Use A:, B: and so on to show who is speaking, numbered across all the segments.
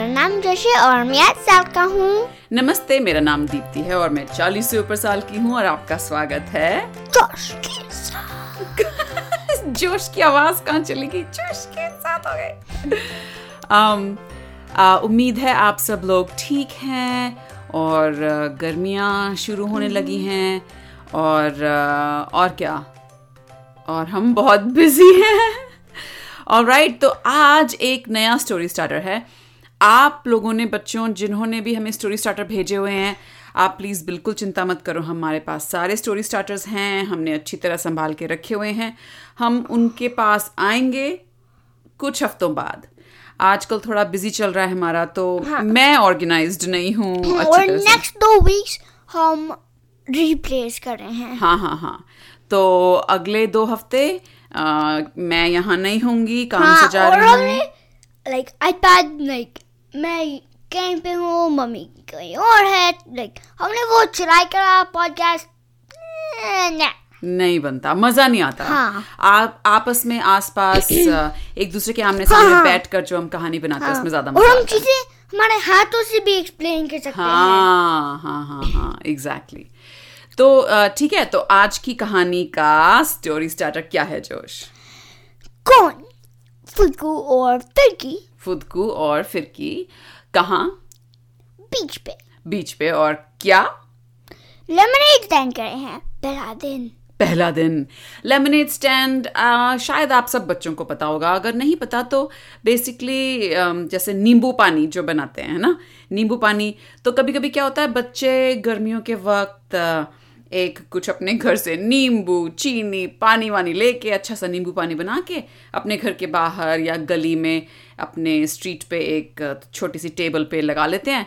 A: है और मैं आठ साल का हूँ
B: नमस्ते मेरा नाम दीप्ति है और मैं 40 से ऊपर साल की हूँ और आपका स्वागत है
A: जोश के साथ
B: जोश की आवाज कहाँ चली गई जोश के साथ हो गए um, आ, उम्मीद है आप सब लोग ठीक हैं और आ, गर्मियाँ शुरू होने लगी हैं और आ, और क्या और हम बहुत बिजी हैं और राइट तो आज एक नया स्टोरी स्टार्टर है आप लोगों ने बच्चों जिन्होंने भी हमें स्टोरी स्टार्टर भेजे हुए हैं आप प्लीज़ बिल्कुल चिंता मत करो हमारे पास सारे स्टोरी स्टार्टर्स हैं हमने अच्छी तरह संभाल के रखे हुए हैं हम उनके पास आएंगे कुछ हफ्तों बाद आजकल थोड़ा बिजी चल रहा है हमारा तो मैं ऑर्गेनाइज्ड नहीं हूँ अच्छी
A: और
B: तरह से
A: नेक्स्ट दो वीक्स हम रिप्लेस कर रहे हैं
B: हाँ हाँ हाँ तो अगले दो हफ्ते आ, मैं यहाँ नहीं होंगी काम
A: हाँ,
B: से जा
A: और
B: रही हूँ
A: लाइक आईपैड लाइक मैं कहीं पे हूँ मम्मी कहीं और है लाइक हमने वो चलाई करा पॉडकास्ट Eh,
B: नहीं बनता मजा नहीं आता
A: हाँ।
B: आप आपस में आसपास आ, एक दूसरे के आमने सामने
A: हाँ।
B: बैठ कर जो हम कहानी बनाते हैं उसमें ज्यादा
A: और
B: मजा
A: हम
B: आता है
A: चीजें हमारे हाथों से भी एक्सप्लेन कर सकते हैं
B: हाँ हाँ हाँ हाँ एग्जैक्टली तो आ, ठीक है तो आज की कहानी का स्टोरी स्टार्टर क्या है जोश
A: कौन फुल्कू और फिरकी
B: फुदकू और फिरकी कहाँ
A: बीच पे
B: बीच पे और क्या
A: लेमनेड स्टैंड करे हैं पहला दिन
B: पहला दिन लेमनेड स्टैंड शायद आप सब बच्चों को पता होगा अगर नहीं पता तो बेसिकली जैसे नींबू पानी जो बनाते हैं ना नींबू पानी तो कभी कभी क्या होता है बच्चे गर्मियों के वक्त अ, एक कुछ अपने घर से नींबू चीनी पानी वानी लेके अच्छा सा नींबू पानी बना के अपने घर के बाहर या गली में अपने स्ट्रीट पे एक अ, छोटी सी टेबल पे लगा लेते हैं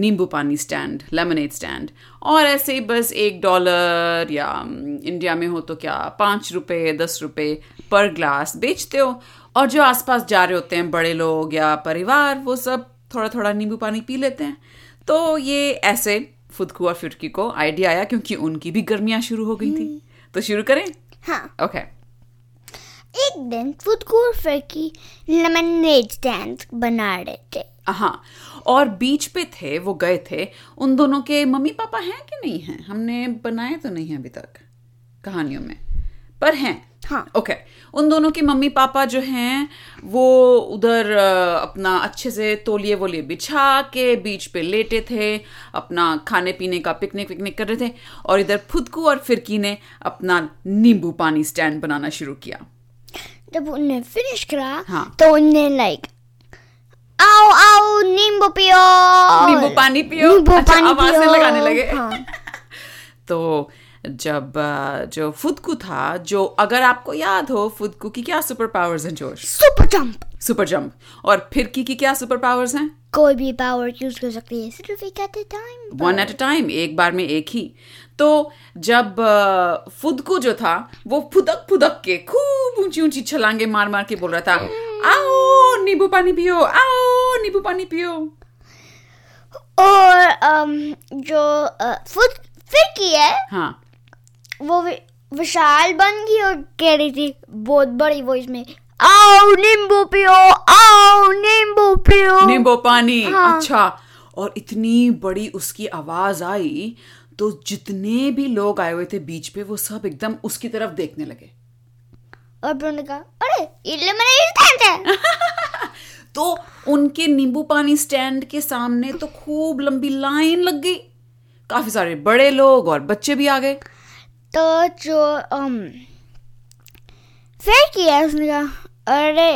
B: नींबू पानी स्टैंड लेमनेड स्टैंड और ऐसे ही बस एक डॉलर या अम, इंडिया में हो तो क्या पाँच रुपये दस रुपये पर ग्लास बेचते हो और जो आसपास जा रहे होते हैं बड़े लोग या परिवार वो सब थोड़ा थोड़ा नींबू पानी पी लेते हैं तो ये ऐसे फुदकू और फिरकी को आइडिया आया क्योंकि उनकी भी गर्मियाँ शुरू हो गई थी तो शुरू करें
A: हाँ
B: ओके
A: एक दिन फुदकू और फिरकी लेमनेड स्टैंड बना रहे थे
B: हाँ और बीच पे थे वो गए थे उन दोनों के मम्मी पापा हैं कि नहीं हैं हमने बनाए तो नहीं हैं अभी तक कहानियों में पर हैं
A: हाँ।
B: ओके उन दोनों के मम्मी पापा जो हैं वो उधर अ, अपना अच्छे से तोलिए वोलिए बिछा के बीच पे लेटे थे अपना खाने पीने का पिकनिक विकनिक कर रहे थे और इधर फुदकू और फिरकी ने अपना नींबू पानी स्टैंड बनाना शुरू किया
A: जब उन्हें फिनिश करा
B: हाँ।
A: तो उन्हें लाइक आओ आओ नींबू पियो
B: नींबू पानी पियो
A: नींबू
B: अच्छा,
A: पानी
B: आवाजें
A: पियो।
B: लगाने लगे
A: हाँ।
B: तो जब अ, जो फुदकू था जो अगर आपको याद हो फुदकू की क्या सुपर पावर्स हैं Josh
A: super jump
B: super jump और फिरकी की क्या सुपर पावर्स हैं
A: कोई भी पावर यूज कर सकती है सिर्फ एक at time
B: one at a time एक बार में एक ही तो जब अ, फुदकू जो था वो फुदक फुदक के खूब ऊंची ऊंची छलांगे मार मार के बोल रहा था आओ नींबू पानी पियो आओ नींबू पानी पियो
A: और अम, जो अ, फुद फिरकी है
B: हाँ
A: वो वि- विशाल बन गई और कह रही थी बहुत बड़ी वॉइस में आओ नींबू पियो आओ नींबू पियो
B: नींबू पानी
A: हाँ।
B: अच्छा और इतनी बड़ी उसकी आवाज आई तो जितने भी लोग आए हुए थे बीच पे वो सब एकदम उसकी तरफ देखने लगे
A: और फिर उन्होंने कहा अरे ये ले मेरा इंस्टेंट है
B: तो उनके नींबू पानी स्टैंड के सामने तो खूब लंबी लाइन लग गई काफी सारे बड़े लोग और बच्चे भी आ गए
A: तो जो um, फिर किया उसने कहा अरे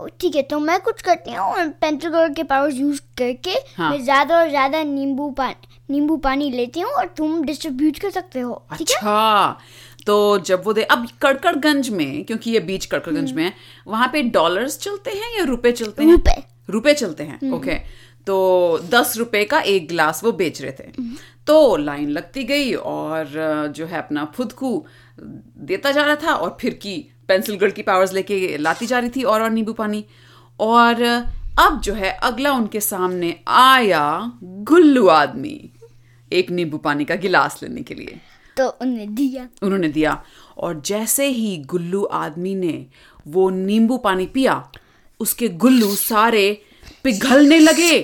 A: ओ, ठीक है तो मैं कुछ करती हूँ और पेंटागोर के पावर्स यूज करके
B: हाँ।
A: मैं ज्यादा और ज्यादा नींबू पानी नींबू पानी लेती हूँ और तुम डिस्ट्रीब्यूट कर सकते हो ठीक है
B: अच्छा तो जब वो दे अब कड़कड़गंज में क्योंकि ये बीच कड़कड़गंज में है वहां पे डॉलर्स चलते हैं या रुपए चलते हैं
A: हम्म। रुपए।
B: रुपए चलते हैं ओके तो दस रुपए का एक ग्लास वो बेच रहे थे तो लाइन लगती गई और अ, जो है अपना फुदकू देता जा रहा था और फिर की पेंसिल गर्ल की पावर्स लेके लाती जा रही थी और और नींबू पानी और अ, अब जो है अगला उनके सामने आया गुल्लू आदमी एक नींबू पानी का गिलास लेने के लिए
A: तो उन्होंने दिया
B: उन्होंने दिया और जैसे ही गुल्लू आदमी ने वो नींबू पानी पिया उसके गुल्लू सारे पिघलने लगे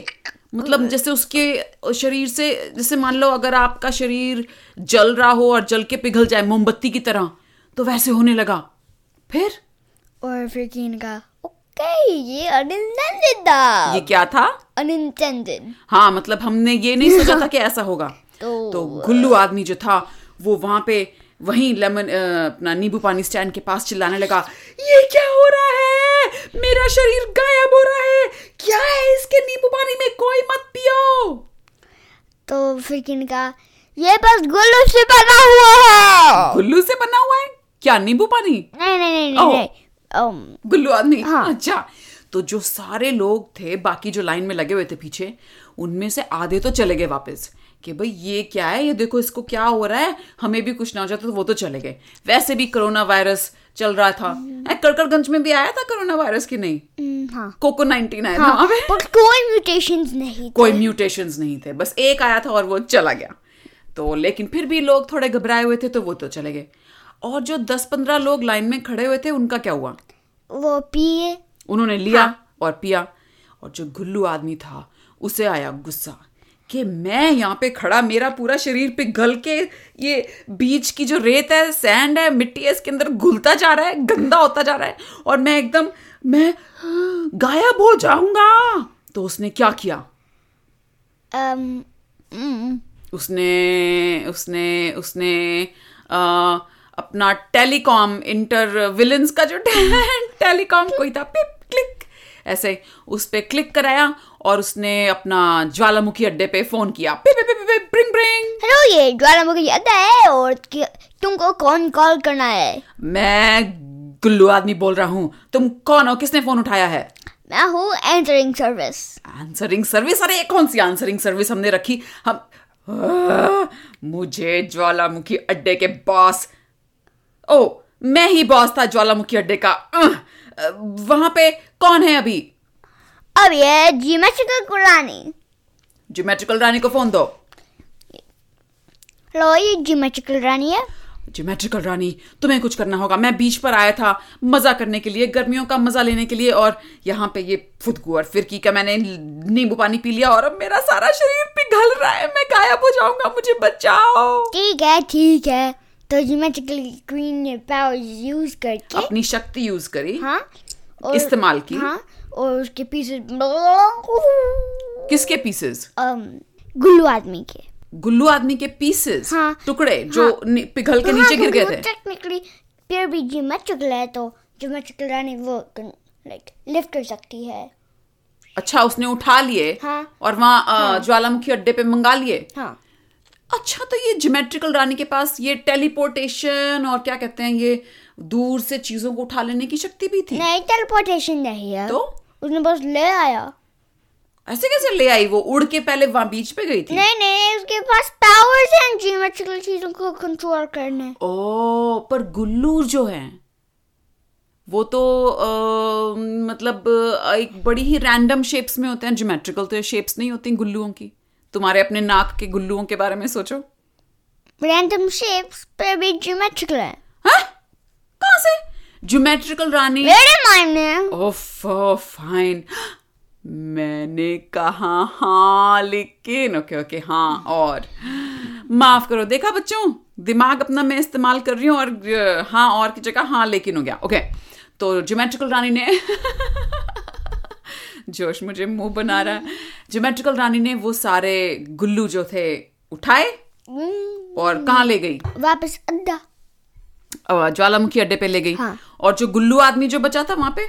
B: मतलब जैसे उसके शरीर से जैसे मान लो अगर आपका शरीर जल रहा हो और जल के पिघल जाए मोमबत्ती की तरह तो वैसे होने लगा फिर
A: और फिर कीन का ओके ये अनइंटेंडेड था
B: ये क्या था
A: अनइंटेंडेड
B: हाँ मतलब हमने ये नहीं सोचा था कि ऐसा होगा
A: तो-
B: तो गुल्लू आदमी जो था वो वहां पे वहीं लेमन अ, अपना नींबू पानी स्टैंड के पास चिल्लाने लगा ये क्या हो रहा है मेरा शरीर गायब हो रहा है क्या है इसके नींबू पानी में कोई मत पियो
A: तो फिर कीन का ये बस गुल्लू से बना हुआ है
B: गुल्लू से बना हुआ है क्या नींबू पानी
A: नहीं नहीं नहीं
B: Oh.
A: नहीं नहीं um,
B: गुल्लू आदमी
A: हाँ।
B: अच्छा तो जो सारे लोग थे बाकी जो लाइन में लगे हुए थे पीछे उनमें से आधे तो चले गए वापस कि भाई ये क्या है ये देखो इसको क्या हो रहा है हमें भी कुछ ना हो जाता तो वो तो चले गए वैसे भी कोरोना वायरस चल रहा था ऐ, कड़कड़गंज में भी आया था कोरोना वायरस की नहीं
A: हम्म, हाँ
B: कोको नाइनटीन आया था
A: हाँ
B: वहाँ पे
A: पर कोई म्यूटेशंस नहीं
B: कोई म्यूटेशंस नहीं थे बस एक आया था और वो चला गया तो लेकिन फिर भी लोग थोड़े घबराए हुए थे तो वो तो चले गए और जो दस पंद्रह लोग लाइन में खड़े हुए थे उनका क्या हुआ
A: वो पिए
B: उन्होंने लिया और पिया और जो गुल्लू आदमी था उसे आया गुस्सा कि मैं यहाँ पे खड़ा मेरा पूरा शरीर पिघल के ये बीच की जो रेत है सैंड है मिट्टी है इसके अंदर घुलता जा रहा है गंदा होता जा रहा है और मैं एकदम मैं "हाँ, गायब हो जाऊंगा तो उसने क्या किया
A: um, mm,
B: उसने उसने उसने अ, अपना टेलीकॉम इंटर विलन्स का जो टेलीकॉम कोई था पिप क्लिक ऐसे उस पे क्लिक कराया और उसने अपना ज्वालामुखी अड्डे पे फोन किया पिप पिप पिप पिप ब्रिंग ब्रिंग
A: हेलो ये ज्वालामुखी अड्डा है और कि- तुमको कौन कॉल करना है
B: मैं गुल्लू आदमी बोल रहा हूँ तुम कौन हो किसने फोन उठाया है
A: मैं हूँ एंटरिंग सर्विस
B: आंसरिंग सर्विस अरे ये कौन सी आंसरिंग सर्विस हमने रखी हम आह, मुझे ज्वालामुखी अड्डे के बॉस ओ मैं ही बॉस था ज्वालामुखी अड्डे का आह, अ, वहां पे कौन है अभी
A: अब ये जियोमेट्रिकल कुरानी
B: ज्योमेट्रिकल रानी को फोन दो
A: हेलो ये जियोमेट्रिकल रानी है
B: ज्योमेट्रिकल रानी तुम्हें कुछ करना होगा मैं बीच पर आया था मजा करने के लिए गर्मियों का मजा लेने के लिए और यहाँ पे ये फुदकू और फिरकी का मैंने नींबू पानी पी लिया और अब मेरा सारा शरीर पिघल रहा है मैं गायब हो जाऊंगा मुझे बचाओ
A: ठीक है ठीक है तो जियोमेट्रिकल क्वीन ने पावर्स यूज करके
B: अपनी शक्ति यूज करी
A: हाँ और
B: इस्तेमाल की
A: हाँ और उसके पीछे
B: किसके पीसेस
A: अम, गुल्लू आदमी के
B: गुल्लू आदमी के पीसेस
A: हाँ।
B: टुकड़े जो नि- पिघल के नीचे गिर गए थे
A: टेक्निकली फिर तो भी जियोमेट्रिकल है तो जियोमेट्रिकल रानी वो लाइक लिफ्ट कर सकती है
B: अच्छा उसने उठा लिए
A: हाँ।
B: और वहाँ अ, ज्वालामुखी अड्डे पे मंगा लिए
A: हाँ
B: अच्छा तो ये ज्योमेट्रिकल रानी के पास ये टेलीपोर्टेशन और क्या कहते हैं ये दूर से चीजों को उठा लेने की शक्ति भी थी
A: नहीं टेलीपोर्टेशन नहीं है
B: तो
A: उसने बस ले आया
B: ऐसे कैसे ले आई वो उड़ के पहले वहां बीच पे गई थी
A: नहीं नहीं उसके पास पावर्स हैं जियोमेट्रिकल चीजों को कंट्रोल करने
B: ओ पर गुल्लू जो है वो तो अ, मतलब अ, एक बड़ी ही रैंडम शेप्स में होते हैं ज्योमेट्रिकल तो शेप्स नहीं होती गुल्लुओं की तुम्हारे अपने नाक के गुल्लुओं के बारे में सोचो
A: रैंडम शेप्स पर भी जियोमेट्रिकल है
B: हाँ? कहाँ से ज्योमेट्रिकल रानी
A: मेरे माइंड में
B: ओफ फाइन मैंने कहा हाँ लेकिन ओके ओके हाँ और माफ करो देखा बच्चों दिमाग अपना मैं इस्तेमाल कर रही हूँ और अ, हाँ और की जगह हाँ लेकिन हो गया ओके तो ज्योमेट्रिकल रानी ने जोश मुझे मुंह बना रहा है ज्योमेट्रिकल रानी ने वो सारे गुल्लू जो थे उठाए
A: हम्म,
B: और कहाँ ले गई
A: वापस अड्डा
B: अ, ज्वालामुखी अड्डे पे ले गई
A: हाँ।
B: और जो गुल्लू आदमी जो बचा था वहां पे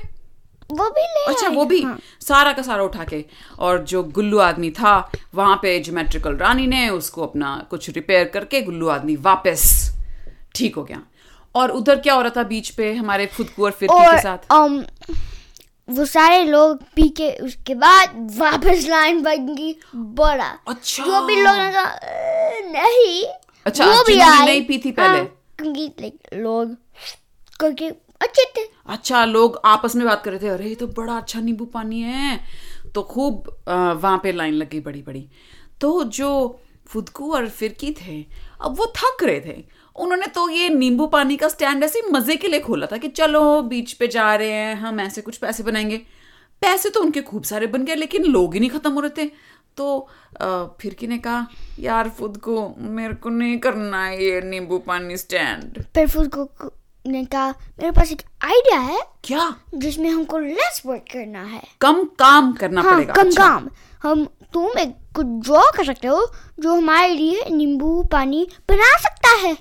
A: वो भी ले
B: अच्छा
A: आया।
B: वो भी
A: हाँ।
B: सारा का सारा उठा के और जो गुल्लू आदमी था वहां पे ज्योमेट्रिकल रानी ने उसको अपना कुछ रिपेयर करके गुल्लू आदमी वापस ठीक हो गया और उधर क्या हो रहा था बीच पे हमारे फुदकू और फिरकी के
A: और
B: साथ
A: um, वो सारे लोग पी के उसके बाद वापस लाइन बनेगी बड़ा
B: अच्छा।
A: जो भी लोग ने कहा "अ, नहीं
B: अच्छा,
A: वो भी
B: जिन्होंने
A: आए।
B: नहीं पी थी पहले।
A: हाँ, क्योंकि like, लोग क्योंकि अच्छे थे
B: अच्छा लोग आपस में बात कर रहे थे अरे ये तो बड़ा अच्छा नींबू पानी है तो खूब अ, वहां पे लाइन लग गई बड़ी बड़ी तो जो फुदकू और फिरकी थे अब वो थक रहे थे उन्होंने तो ये नींबू पानी का स्टैंड ऐसे ही मजे के लिए खोला था कि चलो बीच पे जा रहे हैं हम ऐसे कुछ पैसे बनाएंगे पैसे तो उनके खूब सारे बन गए लेकिन लोग ही नहीं खत्म हो रहे थे तो अ, फिरकी ने कहा यार खुद को मेरे को नहीं करना है ये नींबू पानी स्टैंड
A: फिर फूड कुक ने कहा मेरे पास एक आइडिया है
B: क्या
A: जिसमें हमको लेस वर्क करना है
B: कम काम करना
A: हाँ
B: पड़ेगा
A: कम
B: अच्छा,
A: काम हम तुम एक कुछ ड्रॉ कर सकते हो जो हमारे लिए नींबू पानी बना सकता है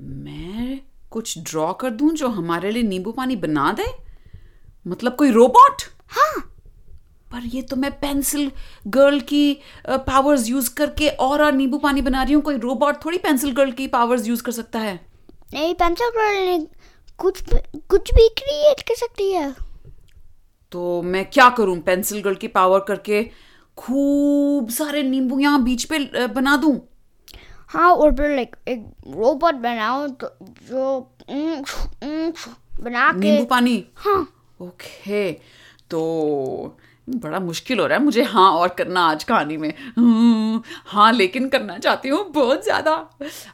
B: मैं कुछ ड्रॉ कर दूं जो हमारे लिए नींबू पानी बना दे मतलब कोई रोबोट
A: हाँ
B: पर ये तो मैं पेंसिल गर्ल की पावर्स यूज करके और और नींबू पानी बना रही हूँ कोई रोबोट थोड़ी पेंसिल गर्ल की पावर्स यूज कर सकता है
A: नहीं पेंसिल ड्रॉ ने कुछ कुछ भी क्रिएट कर सकती है
B: तो मैं क्या करूं पेंसिल गर्ल की पावर करके खूब सारे नींबू यहाँ बीच पे अ, बना दूं
A: हाँ और फिर लाइक एक रोबोट बनाओ तो जो ऊंच ऊंच बना के
B: नींबू पानी
A: हाँ
B: ओके तो बड़ा मुश्किल हो रहा है मुझे हाँ और करना आज कहानी में हम्म, हाँ लेकिन करना चाहती हूँ बहुत ज़्यादा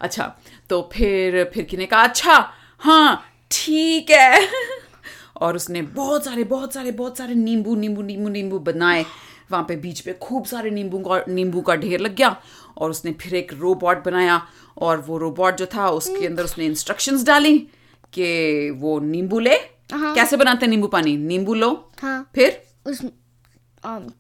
B: अच्छा तो फिर फिरकी ने कहा अच्छा हाँ ठीक है और उसने बहुत सारे बहुत सारे बहुत सारे नींबू नींबू नींबू नींबू बनाए वहाँ पे बीच पे खूब सारे नींबू का नींबू का ढेर लग गया और उसने फिर एक रोबोट बनाया और वो रोबोट जो था उसके अंदर उसने इंस्ट्रक्शंस डाली कि वो नींबू ले कैसे बनाते हैं नींबू पानी नींबू लो
A: हाँ
B: फिर
A: उस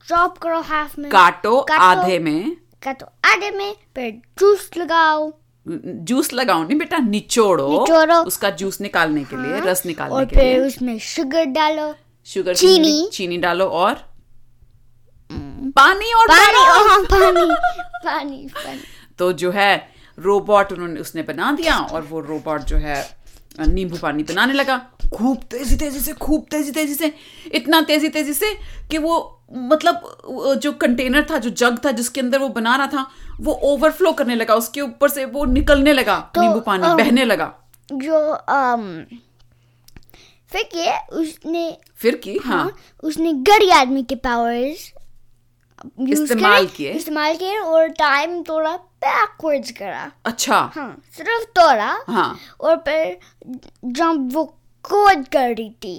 A: चॉप करो हाफ में
B: काटो
A: काटो।
B: आधे में
A: काटो आधे में फिर जूस लगाओ
B: जूस लगाओ नहीं बेटा निचोड़ो
A: निचोड़ो।
B: उसका जूस निकालने के लिए रस निकालने
A: हाँ, और
B: के लिए
A: फिर उसमें शुगर डालो
B: शुगर
A: चीनी। हम्म।
B: चीनी चीनी डालो और पानी और
A: पानी
B: डालो।
A: हाँ, पानी पानी पानी
B: तो जो है रोबोट उन्होंने उसने बना दिया और वो रोबोट जो है नींबू पानी बनाने लगा खूब तेजी तेजी से खूब तेजी तेजी से इतना तेजी तेजी से कि वो मतलब वो जो कंटेनर था जो जग था जिसके अंदर वो बना रहा था वो ओवरफ्लो करने लगा उसके ऊपर से वो निकलने लगा
A: तो,
B: नींबू पानी
A: अम,
B: बहने लगा
A: जो अम, फिर ये उसने
B: फिर की हाँ
A: उसने गरीब आदमी के पावर्स
B: इस्तेमाल किए।
A: इस्तेमाल किए और टाइम थोड़ा बैकवर्ड्स करा
B: अच्छा
A: हाँ सिर्फ थोड़ा
B: हाँ
A: और फिर जब वो कोड कर रही थी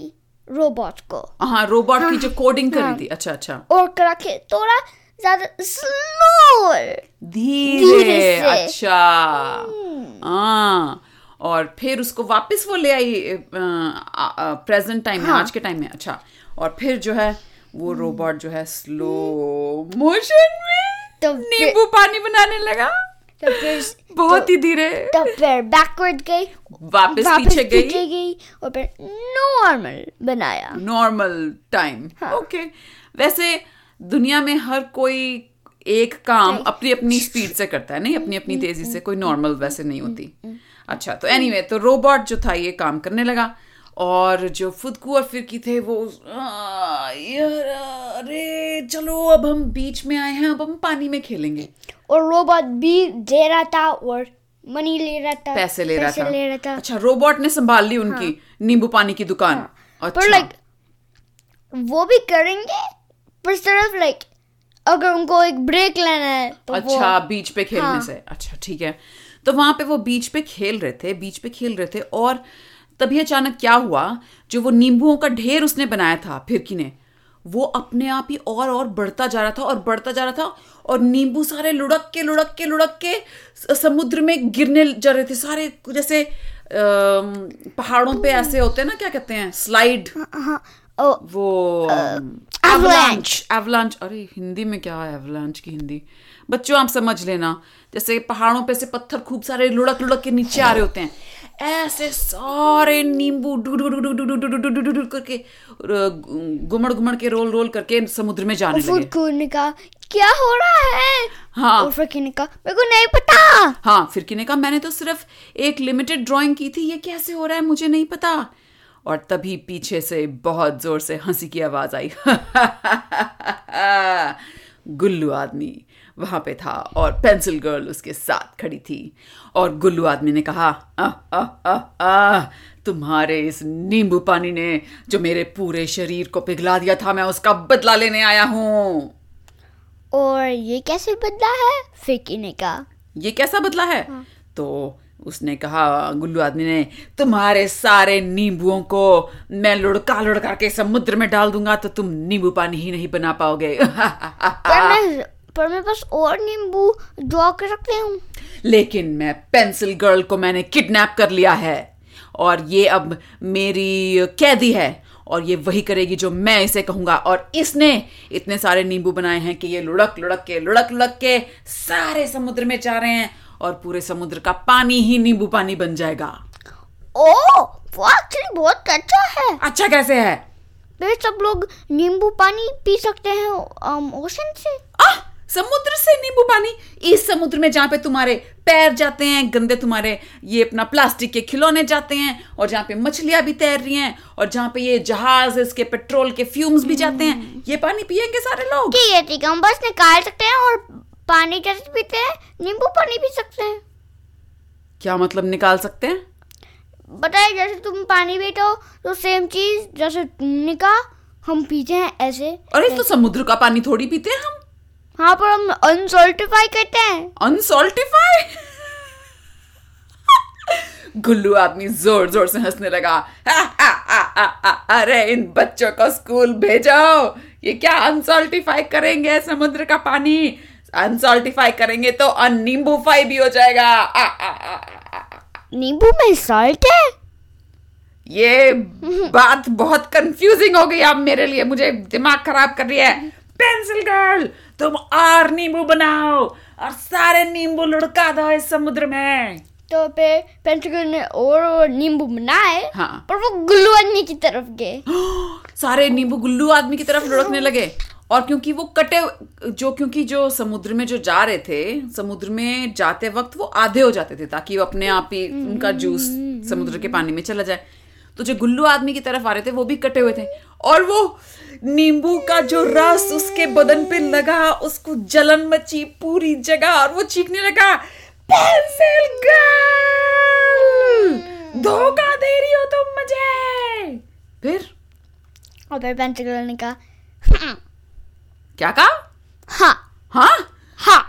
A: रोबोट को
B: हाँ रोबोट की जो कोडिंग कर रही
A: हाँ।
B: थी अच्छा अच्छा
A: और करा के थोड़ा ज्यादा स्लो धीरे
B: धीरे
A: से। हम्म।
B: अच्छा हाँ और फिर उसको वापस वो ले आई प्रेजेंट टाइम
A: हाँ।
B: में आज के टाइम में अच्छा और फिर जो है वो
A: हम्म।
B: रोबोट जो है स्लो मोशन में
A: तो फिर-
B: नींबू पानी बनाने लगा
A: तो फिर
B: बहुत ही धीरे
A: तो फिर बैकवर्ड गई
B: वापस पीछे गई
A: पीछे गई और फिर नॉर्मल बनाया
B: नॉर्मल टाइम
A: हाँ.
B: ओके वैसे दुनिया में हर कोई एक काम अपनी अपनी स्पीड से करता है नहीं अपनी
A: हम्म,
B: अपनी तेजी से कोई नॉर्मल वैसे नहीं होती अच्छा तो एनीवे anyway, तो रोबोट जो था ये काम करने लगा और जो फुदकू और फिरकी थे वो "आ, यार अरे चलो अब हम बीच में आए हैं अब हम पानी में खेलेंगे
A: और रोबोट भी दे रहा था और मनी ले रहा था
B: पैसे ले रहा था
A: ले रहा था हाँ.
B: अच्छा रोबोट ने संभाल ली उनकी नींबू पानी की दुकान
A: पर
B: अच्छा
A: लाइक वो भी करेंगे पर सिर्फ लाइक अगर उनको एक ब्रेक लेना है तो वो
B: अच्छा बीच पे खेलने
A: हाँ।
B: से अच्छा ठीक है तो वहां पे वो बीच पे खेल रहे थे बीच पे खेल रहे थे और तभी अचानक क्या हुआ जो वो नींबुओं का ढेर उसने बनाया था फिरकी ने वो अपने आप ही और और बढ़ता जा रहा था और बढ़ता जा रहा था और नींबू सारे लुढ़क के लुढ़क के लुढ़क के स- समुद्र में गिरने जा रहे थे सारे जैसे अम, पहाड़ों पे
A: तो
B: ऐसे होते हैं ना क्या कहते हैं स्लाइड
A: हाँ ओ
B: वो
A: avalanche.
B: एवलांच अरे हिंदी में क्या है एवलांच की हिंदी बच्चों आप समझ लेना जैसे पहाड़ों पे से पत्थर खूब सारे लुढ़क लुढ़क के नीचे आ रहे होते हैं ऐसे सारे नींबू डू- डू- डू- डू- डू- डू- डू- डू- डू- डू- डू- डू- करके अ, घुमड़ घुमड़ के रोल रोल करके समुद्र में जाने लगे
A: फूड को ने कहा क्या हो रहा है
B: हाँ।
A: और फिर ने कहा मेरे को नहीं पता
B: हाँ फिरकी ने कहा मैंने तो सिर्फ एक लिमिटेड ड्राइंग की थी ये कैसे हो रहा है मुझे नहीं पता और तभी पीछे से बहुत जोर से हंसी की आवाज आई गुल्लू आदमी वहां पे था और पेंसिल गर्ल उसके साथ खड़ी थी और गुल्लू आदमी ने कहा आ, आ, आ, आ, तुम्हारे इस नींबू पानी ने जो मेरे पूरे शरीर को पिघला दिया था मैं उसका बदला लेने आया हूँ
A: और ये कैसे बदला है फिर ने कहा
B: ये कैसा बदला है तो उसने कहा गुल्लू आदमी ने तुम्हारे सारे नींबुओं को मैं लुढ़का लुढ़का के समुद्र में डाल दूंगा तो तुम नींबू पानी ही नहीं बना पाओगे
A: पर मैं पर मेरे पास और नींबू ड्रॉ कर सकते हूँ
B: लेकिन मैं पेंसिल गर्ल को मैंने किडनैप कर लिया है और ये अब मेरी कैदी है और ये वही करेगी जो मैं इसे कहूंगा और इसने इतने सारे नींबू बनाए हैं कि ये लुढ़क लुढ़क के लुढ़क लुढ़क के सारे समुद्र में जा रहे हैं और पूरे समुद्र का पानी ही नींबू पानी बन जाएगा
A: ओ वो एक्चुअली बहुत अच्छा है
B: अच्छा कैसे है
A: फिर सब लोग नींबू पानी पी सकते हैं अम, ओशन से
B: आह समुद्र से नींबू पानी इस समुद्र में जहाँ पे तुम्हारे पैर जाते हैं गंदे तुम्हारे ये अपना प्लास्टिक के खिलौने जाते हैं और जहाँ पे मछलियां भी तैर रही हैं और जहाँ पे ये जहाज इसके पेट्रोल के फ्यूम्स भी जाते हैं ये पानी पियेंगे सारे लोग
A: ठीक है ठीक है हम बस निकाल सकते हैं और पानी जैसे पीते हैं नींबू पानी पी सकते हैं
B: क्या मतलब निकाल सकते हैं
A: बताए जैसे तुम पानी पीते हो तो सेम चीज जैसे तुमने कहा हम पीते हैं ऐसे
B: अरे तो समुद्र का पानी थोड़ी पीते हैं हम
A: हाँ पर हम अनसोल्टिफाई करते हैं
B: अनसॉल्टिफाई गुल्लू आदमी जोर जोर से हंसने लगा अरे इन बच्चों को स्कूल भेजो ये क्या अनसॉल्टिफाई करेंगे समुद्र का पानी अनसॉल्टिफाई करेंगे तो अननींबूफाई भी हो जाएगा आ, आ, आ, आ, आ।
A: नींबू में सॉल्ट है
B: ये बात बहुत कंफ्यूजिंग हो गई अब मेरे लिए मुझे दिमाग खराब कर रही है पेंसिल गर्ल तुम और नींबू बनाओ और सारे नींबू लुढ़का दो इस समुद्र में
A: तो फिर पेंसिल ने और नींबू बनाए
B: हाँ।
A: पर वो गुल्लू आदमी की तरफ गए
B: सारे नींबू गुल्लू आदमी की तरफ लुढ़कने लगे और क्योंकि वो कटे जो क्योंकि जो समुद्र में जो जा रहे थे समुद्र में जाते वक्त वो आधे हो जाते थे ताकि वो अपने आप ही उनका जूस समुद्र के पानी में चला जाए तो जो गुल्लू आदमी की तरफ आ रहे थे वो भी कटे हुए थे और वो नींबू का जो रस उसके बदन पे लगा उसको जलन मची पूरी जगह और वो चीखने लगा पेंसिल गर्ल धोखा दे रही हो तुम मुझे फिर
A: और फिर पेंसिल ने कहा हाँ
B: क्या कहा
A: हाँ
B: हाँ
A: हाँ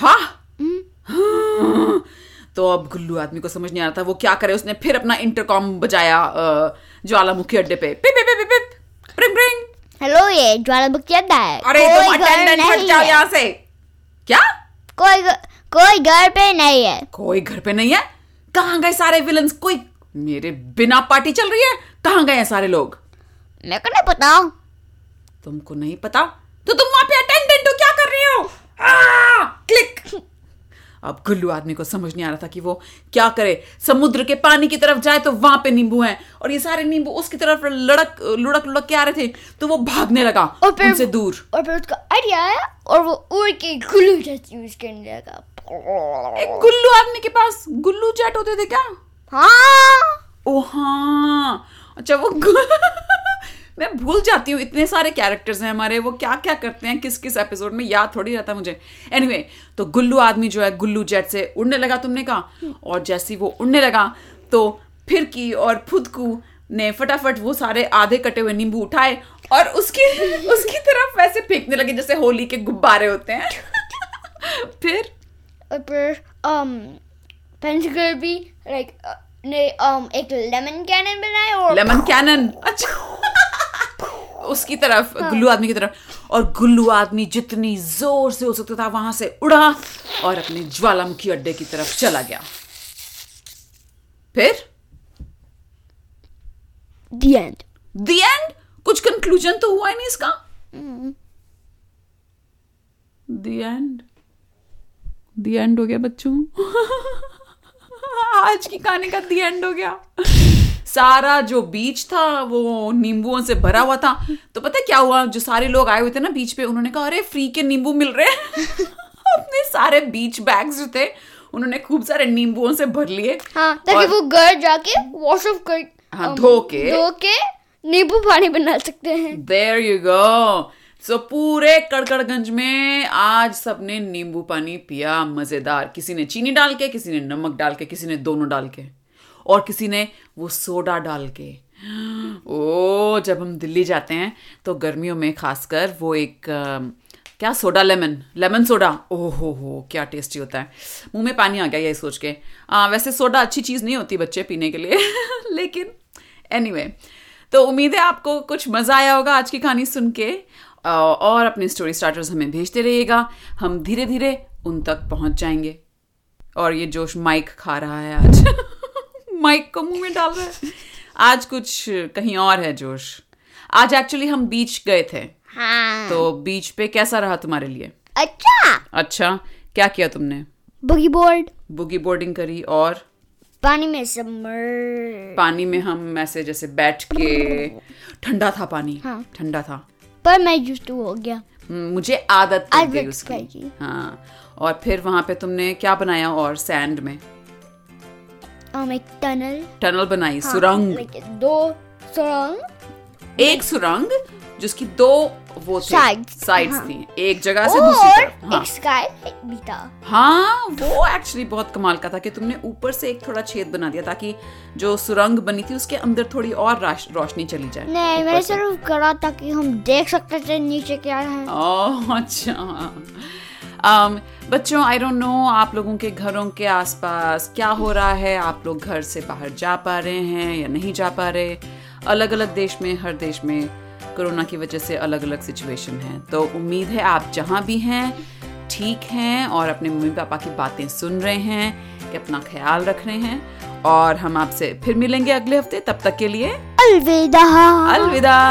B: हाँ हाँ। तो अब गुल्लू आदमी को समझ नहीं आ रहा था वो क्या करे उसने फिर अपना इंटरकॉम बजाया अ, ज्वालामुखी अड्डे पे पिप पिप पिप पिप रिंग रिंग
A: हेलो ये ज्वालामुखी अड्डा है
B: अरे तो तुम
A: कोई घर
B: अटेंडेंट हट
A: नहीं
B: जाओ
A: है।
B: यहाँ से क्या
A: कोई घ- कोई घर पे नहीं है
B: कोई घर पे नहीं है कहाँ गए सारे विलन्स कोई मेरे बिना पार्टी चल रही है कहाँ गए हैं सारे लोग
A: मेरे को नहीं पता
B: तुमको नहीं पता तो तुम वहां पे अटेंडेंट हो क्या कर रहे हो आ, क्लिक अब गुल्लू आदमी को समझ नहीं आ रहा था कि वो क्या करे समुद्र के पानी की तरफ जाए तो वहां पे नींबू हैं और ये सारे नींबू उसकी तरफ लड़क लुढ़क लुढ़क के आ रहे थे तो वो भागने लगा
A: और फिर-
B: उनसे दूर
A: और फिर उसका आइडिया आया और वो उड़ के गुल्लू जैसे यूज करने
B: ए,
A: लगा
B: गुल्लू आदमी के पास गुल्लू जेट होते थे क्या
A: हाँ
B: ओ हाँ अच्छा वो गु- मैं भूल जाती हूँ इतने सारे कैरेक्टर्स हैं हमारे वो क्या क्या करते हैं किस किस एपिसोड में याद थोड़ी रहता मुझे एनीवे anyway, तो गुल्लू आदमी जो है गुल्लू जेट से उड़ने लगा तुमने कहा और जैसे ही वो उड़ने लगा तो फिरकी और फुदकू ने फटाफट वो सारे आधे कटे हुए नींबू उठाए और उसकी उसकी तरफ वैसे फेंकने लगे जैसे होली के गुब्बारे होते हैं फिर
A: और फिर um पेंसिल भी लाइक ने um एक लेमन कैनन बनाया और
B: लेमन कैनन अच्छा उसकी तरफ गुल्लू आदमी की तरफ और गुल्लू आदमी जितनी जोर से हो सकता था वहां से उड़ा और अपने ज्वालामुखी अड्डे की तरफ चला गया फिर
A: the end
B: द एंड कुछ कंक्लूजन तो हुआ ही नहीं इसका द एंड द एंड हो गया बच्चों आज की कहानी का द एंड हो गया सारा जो बीच था वो नींबुओं से भरा हुआ था तो पता है क्या हुआ जो सारे लोग आए हुए थे ना बीच पे उन्होंने कहा अरे फ्री के नींबू मिल रहे हैं अपने सारे बीच बैग्स जो थे उन्होंने खूब सारे नींबुओं से भर लिए
A: हाँ ताकि
B: और-
A: वो घर जाके वॉश ऑफ कर
B: हाँ,
A: um,
B: धो के।
A: धो के नींबू पानी बना सकते हैं
B: देयर यू गो सो पूरे कड़कड़गंज में आज सबने नींबू पानी पिया मजेदार किसी ने चीनी डाल के किसी ने नमक डाल के किसी ने दोनों डाल के और किसी ने वो सोडा डाल के ओ जब हम दिल्ली जाते हैं तो गर्मियों में खासकर वो एक अम, क्या सोडा लेमन लेमन सोडा ओहो हो क्या टेस्टी होता है मुंह में पानी आ गया ये सोच के आ, वैसे सोडा अच्छी चीज़ नहीं होती बच्चे पीने के लिए लेकिन एनीवे anyway, तो उम्मीद है आपको कुछ मज़ा आया होगा आज की कहानी सुन के आ, और अपने स्टोरी स्टार्टर्स हमें भेजते रहिएगा हम धीरे धीरे उन तक पहुंच जाएंगे और ये जोश माइक खा रहा है आज माइक को मुंह में डाल रहा है आज कुछ कहीं और है जोश आज एक्चुअली हम बीच गए थे
A: हाँ
B: तो बीच पे कैसा रहा तुम्हारे लिए
A: अच्छा
B: अच्छा क्या किया तुमने
A: बुगी बोर्ड
B: बुगी बोर्डिंग करी और
A: पानी में समर
B: पानी में हम ऐसे जैसे बैठ के ठंडा था पानी ठंडा था
A: पर मैं यूज टू हो गया
B: हम्म, मुझे आदत पड़ गई
A: आदत पड़
B: उसकी
A: गई।
B: हाँ और फिर वहां पे तुमने क्या बनाया और सैंड में
A: हम Um, एक टनल
B: टनल बनाई
A: हाँ,
B: सुरंग अच्छा,
A: like दो सुरंग
B: एक सुरंग जिसकी दो वो थे
A: Sides,
B: साइड्स
A: हाँ।
B: थी एक जगह से दूसरी
A: और
B: तरफ हाँ
A: एक स्काई लाइट भी था
B: हाँ वो एक्चुअली बहुत कमाल का था कि तुमने ऊपर से एक थोड़ा छेद बना दिया ताकि जो सुरंग बनी थी उसके अंदर थोड़ी और राश- रोशनी चली जाए
A: नहीं
B: ऊपर
A: मैंने
B: से।
A: सिर्फ करा था कि हम देख सकते थे नीचे क्या है
B: हाँ। ओह अच्छा um, बच्चों आई डोंट नो आप लोगों के घरों के आसपास क्या हो रहा है आप लोग घर से बाहर जा पा रहे हैं या नहीं जा पा रहे अलग अलग देश में हर देश में कोरोना की वजह से अलग अलग सिचुएशन है तो उम्मीद है आप जहाँ भी हैं ठीक हैं और अपने मम्मी पापा की बातें सुन रहे हैं कि अपना ख्याल रख रहे हैं और हम आपसे फिर मिलेंगे अगले हफ्ते तब तक के लिए
A: अलविदा
B: अलविदा